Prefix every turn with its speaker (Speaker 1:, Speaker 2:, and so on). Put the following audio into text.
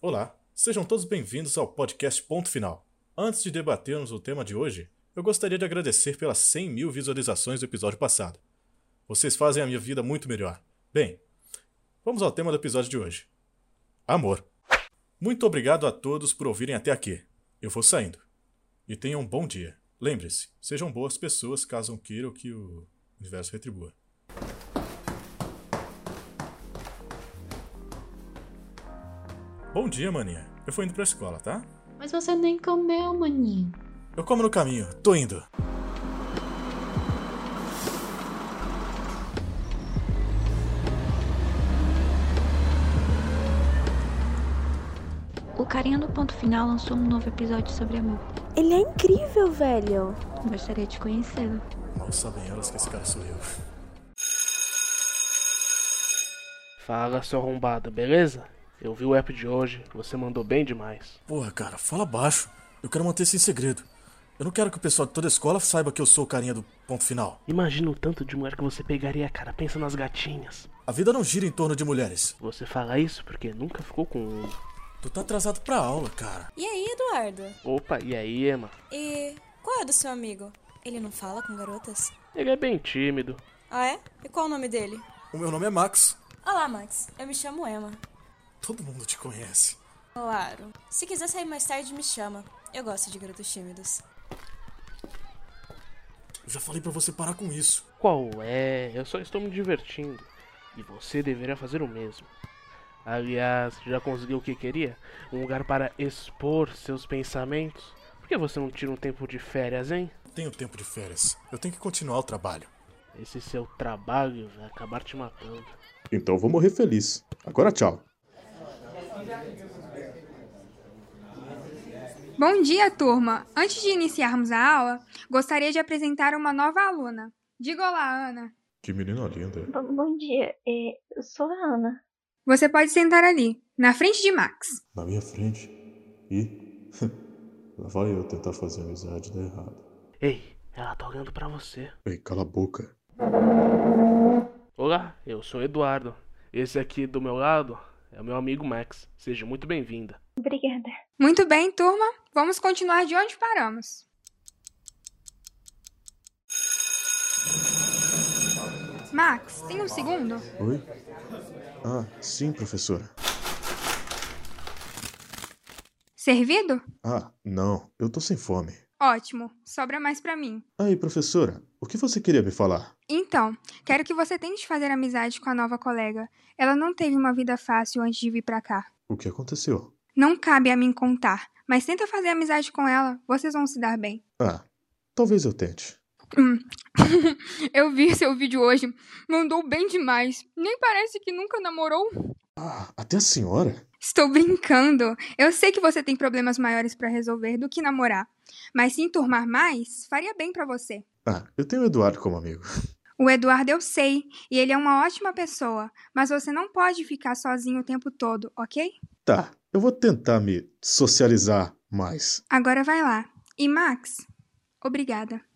Speaker 1: Olá, sejam todos bem-vindos ao podcast Ponto Final. Antes de debatermos o tema de hoje, eu gostaria de agradecer pelas 100 mil visualizações do episódio passado. Vocês fazem a minha vida muito melhor. Bem, vamos ao tema do episódio de hoje: Amor. Muito obrigado a todos por ouvirem até aqui. Eu vou saindo. E tenham um bom dia. Lembre-se, sejam boas pessoas caso queiram que o universo retribua. Bom dia, maninha. Eu fui indo pra escola, tá?
Speaker 2: Mas você nem comeu, maninho.
Speaker 1: Eu como no caminho, tô indo.
Speaker 2: O carinha do ponto final lançou um novo episódio sobre amor.
Speaker 3: Ele é incrível, velho.
Speaker 2: Gostaria de conhecê-lo.
Speaker 1: Mal sabem elas que esse cara sou eu.
Speaker 4: Fala, seu arrombado, beleza? Eu vi o app de hoje, você mandou bem demais.
Speaker 1: Porra, cara, fala baixo. Eu quero manter isso em segredo. Eu não quero que o pessoal de toda a escola saiba que eu sou o carinha do ponto final.
Speaker 4: Imagina o tanto de mulher que você pegaria, cara. Pensa nas gatinhas.
Speaker 1: A vida não gira em torno de mulheres.
Speaker 4: Você fala isso porque nunca ficou com um.
Speaker 1: Tu tá atrasado pra aula, cara.
Speaker 5: E aí, Eduardo?
Speaker 4: Opa, e aí, Emma?
Speaker 5: E qual é do seu amigo? Ele não fala com garotas?
Speaker 4: Ele é bem tímido.
Speaker 5: Ah, é? E qual o nome dele?
Speaker 1: O meu nome é Max.
Speaker 5: Olá, Max. Eu me chamo Emma.
Speaker 1: Todo mundo te conhece.
Speaker 5: Claro. Se quiser sair mais tarde, me chama. Eu gosto de garotos tímidos.
Speaker 1: Eu já falei pra você parar com isso.
Speaker 4: Qual é? Eu só estou me divertindo. E você deveria fazer o mesmo. Aliás, já conseguiu o que queria? Um lugar para expor seus pensamentos? Por que você não tira um tempo de férias, hein?
Speaker 1: Não tenho tempo de férias. Eu tenho que continuar o trabalho.
Speaker 4: Esse seu trabalho vai acabar te matando.
Speaker 6: Então eu vou morrer feliz. Agora tchau.
Speaker 7: Bom dia, turma! Antes de iniciarmos a aula, gostaria de apresentar uma nova aluna. Diga olá, Ana.
Speaker 6: Que menina linda.
Speaker 8: Bom, bom dia, é, eu sou a Ana.
Speaker 7: Você pode sentar ali, na frente de Max.
Speaker 6: Na minha frente. E. Lá vai eu tentar fazer amizade da errado.
Speaker 4: Ei, ela tá olhando pra você.
Speaker 6: Ei, cala a boca.
Speaker 4: Olá, eu sou o Eduardo. Esse aqui do meu lado é o meu amigo Max. Seja muito bem-vinda.
Speaker 8: Obrigada.
Speaker 7: Muito bem, turma. Vamos continuar de onde paramos. Max, tem um segundo?
Speaker 6: Oi? Ah, sim, professora.
Speaker 7: Servido?
Speaker 6: Ah, não, eu tô sem fome.
Speaker 7: Ótimo, sobra mais pra mim.
Speaker 6: Aí, professora, o que você queria me falar?
Speaker 7: Então, quero que você tente fazer amizade com a nova colega. Ela não teve uma vida fácil antes de vir pra cá.
Speaker 6: O que aconteceu?
Speaker 7: Não cabe a mim contar, mas tenta fazer amizade com ela, vocês vão se dar bem.
Speaker 6: Ah, talvez eu tente.
Speaker 7: Eu vi seu vídeo hoje, mandou bem demais. Nem parece que nunca namorou.
Speaker 6: Ah, até a senhora?
Speaker 7: Estou brincando. Eu sei que você tem problemas maiores pra resolver do que namorar, mas se enturmar mais, faria bem pra você.
Speaker 6: Ah, eu tenho o Eduardo como amigo.
Speaker 7: O Eduardo eu sei, e ele é uma ótima pessoa, mas você não pode ficar sozinho o tempo todo, ok?
Speaker 6: Tá, eu vou tentar me socializar mais.
Speaker 7: Agora vai lá. E Max, obrigada.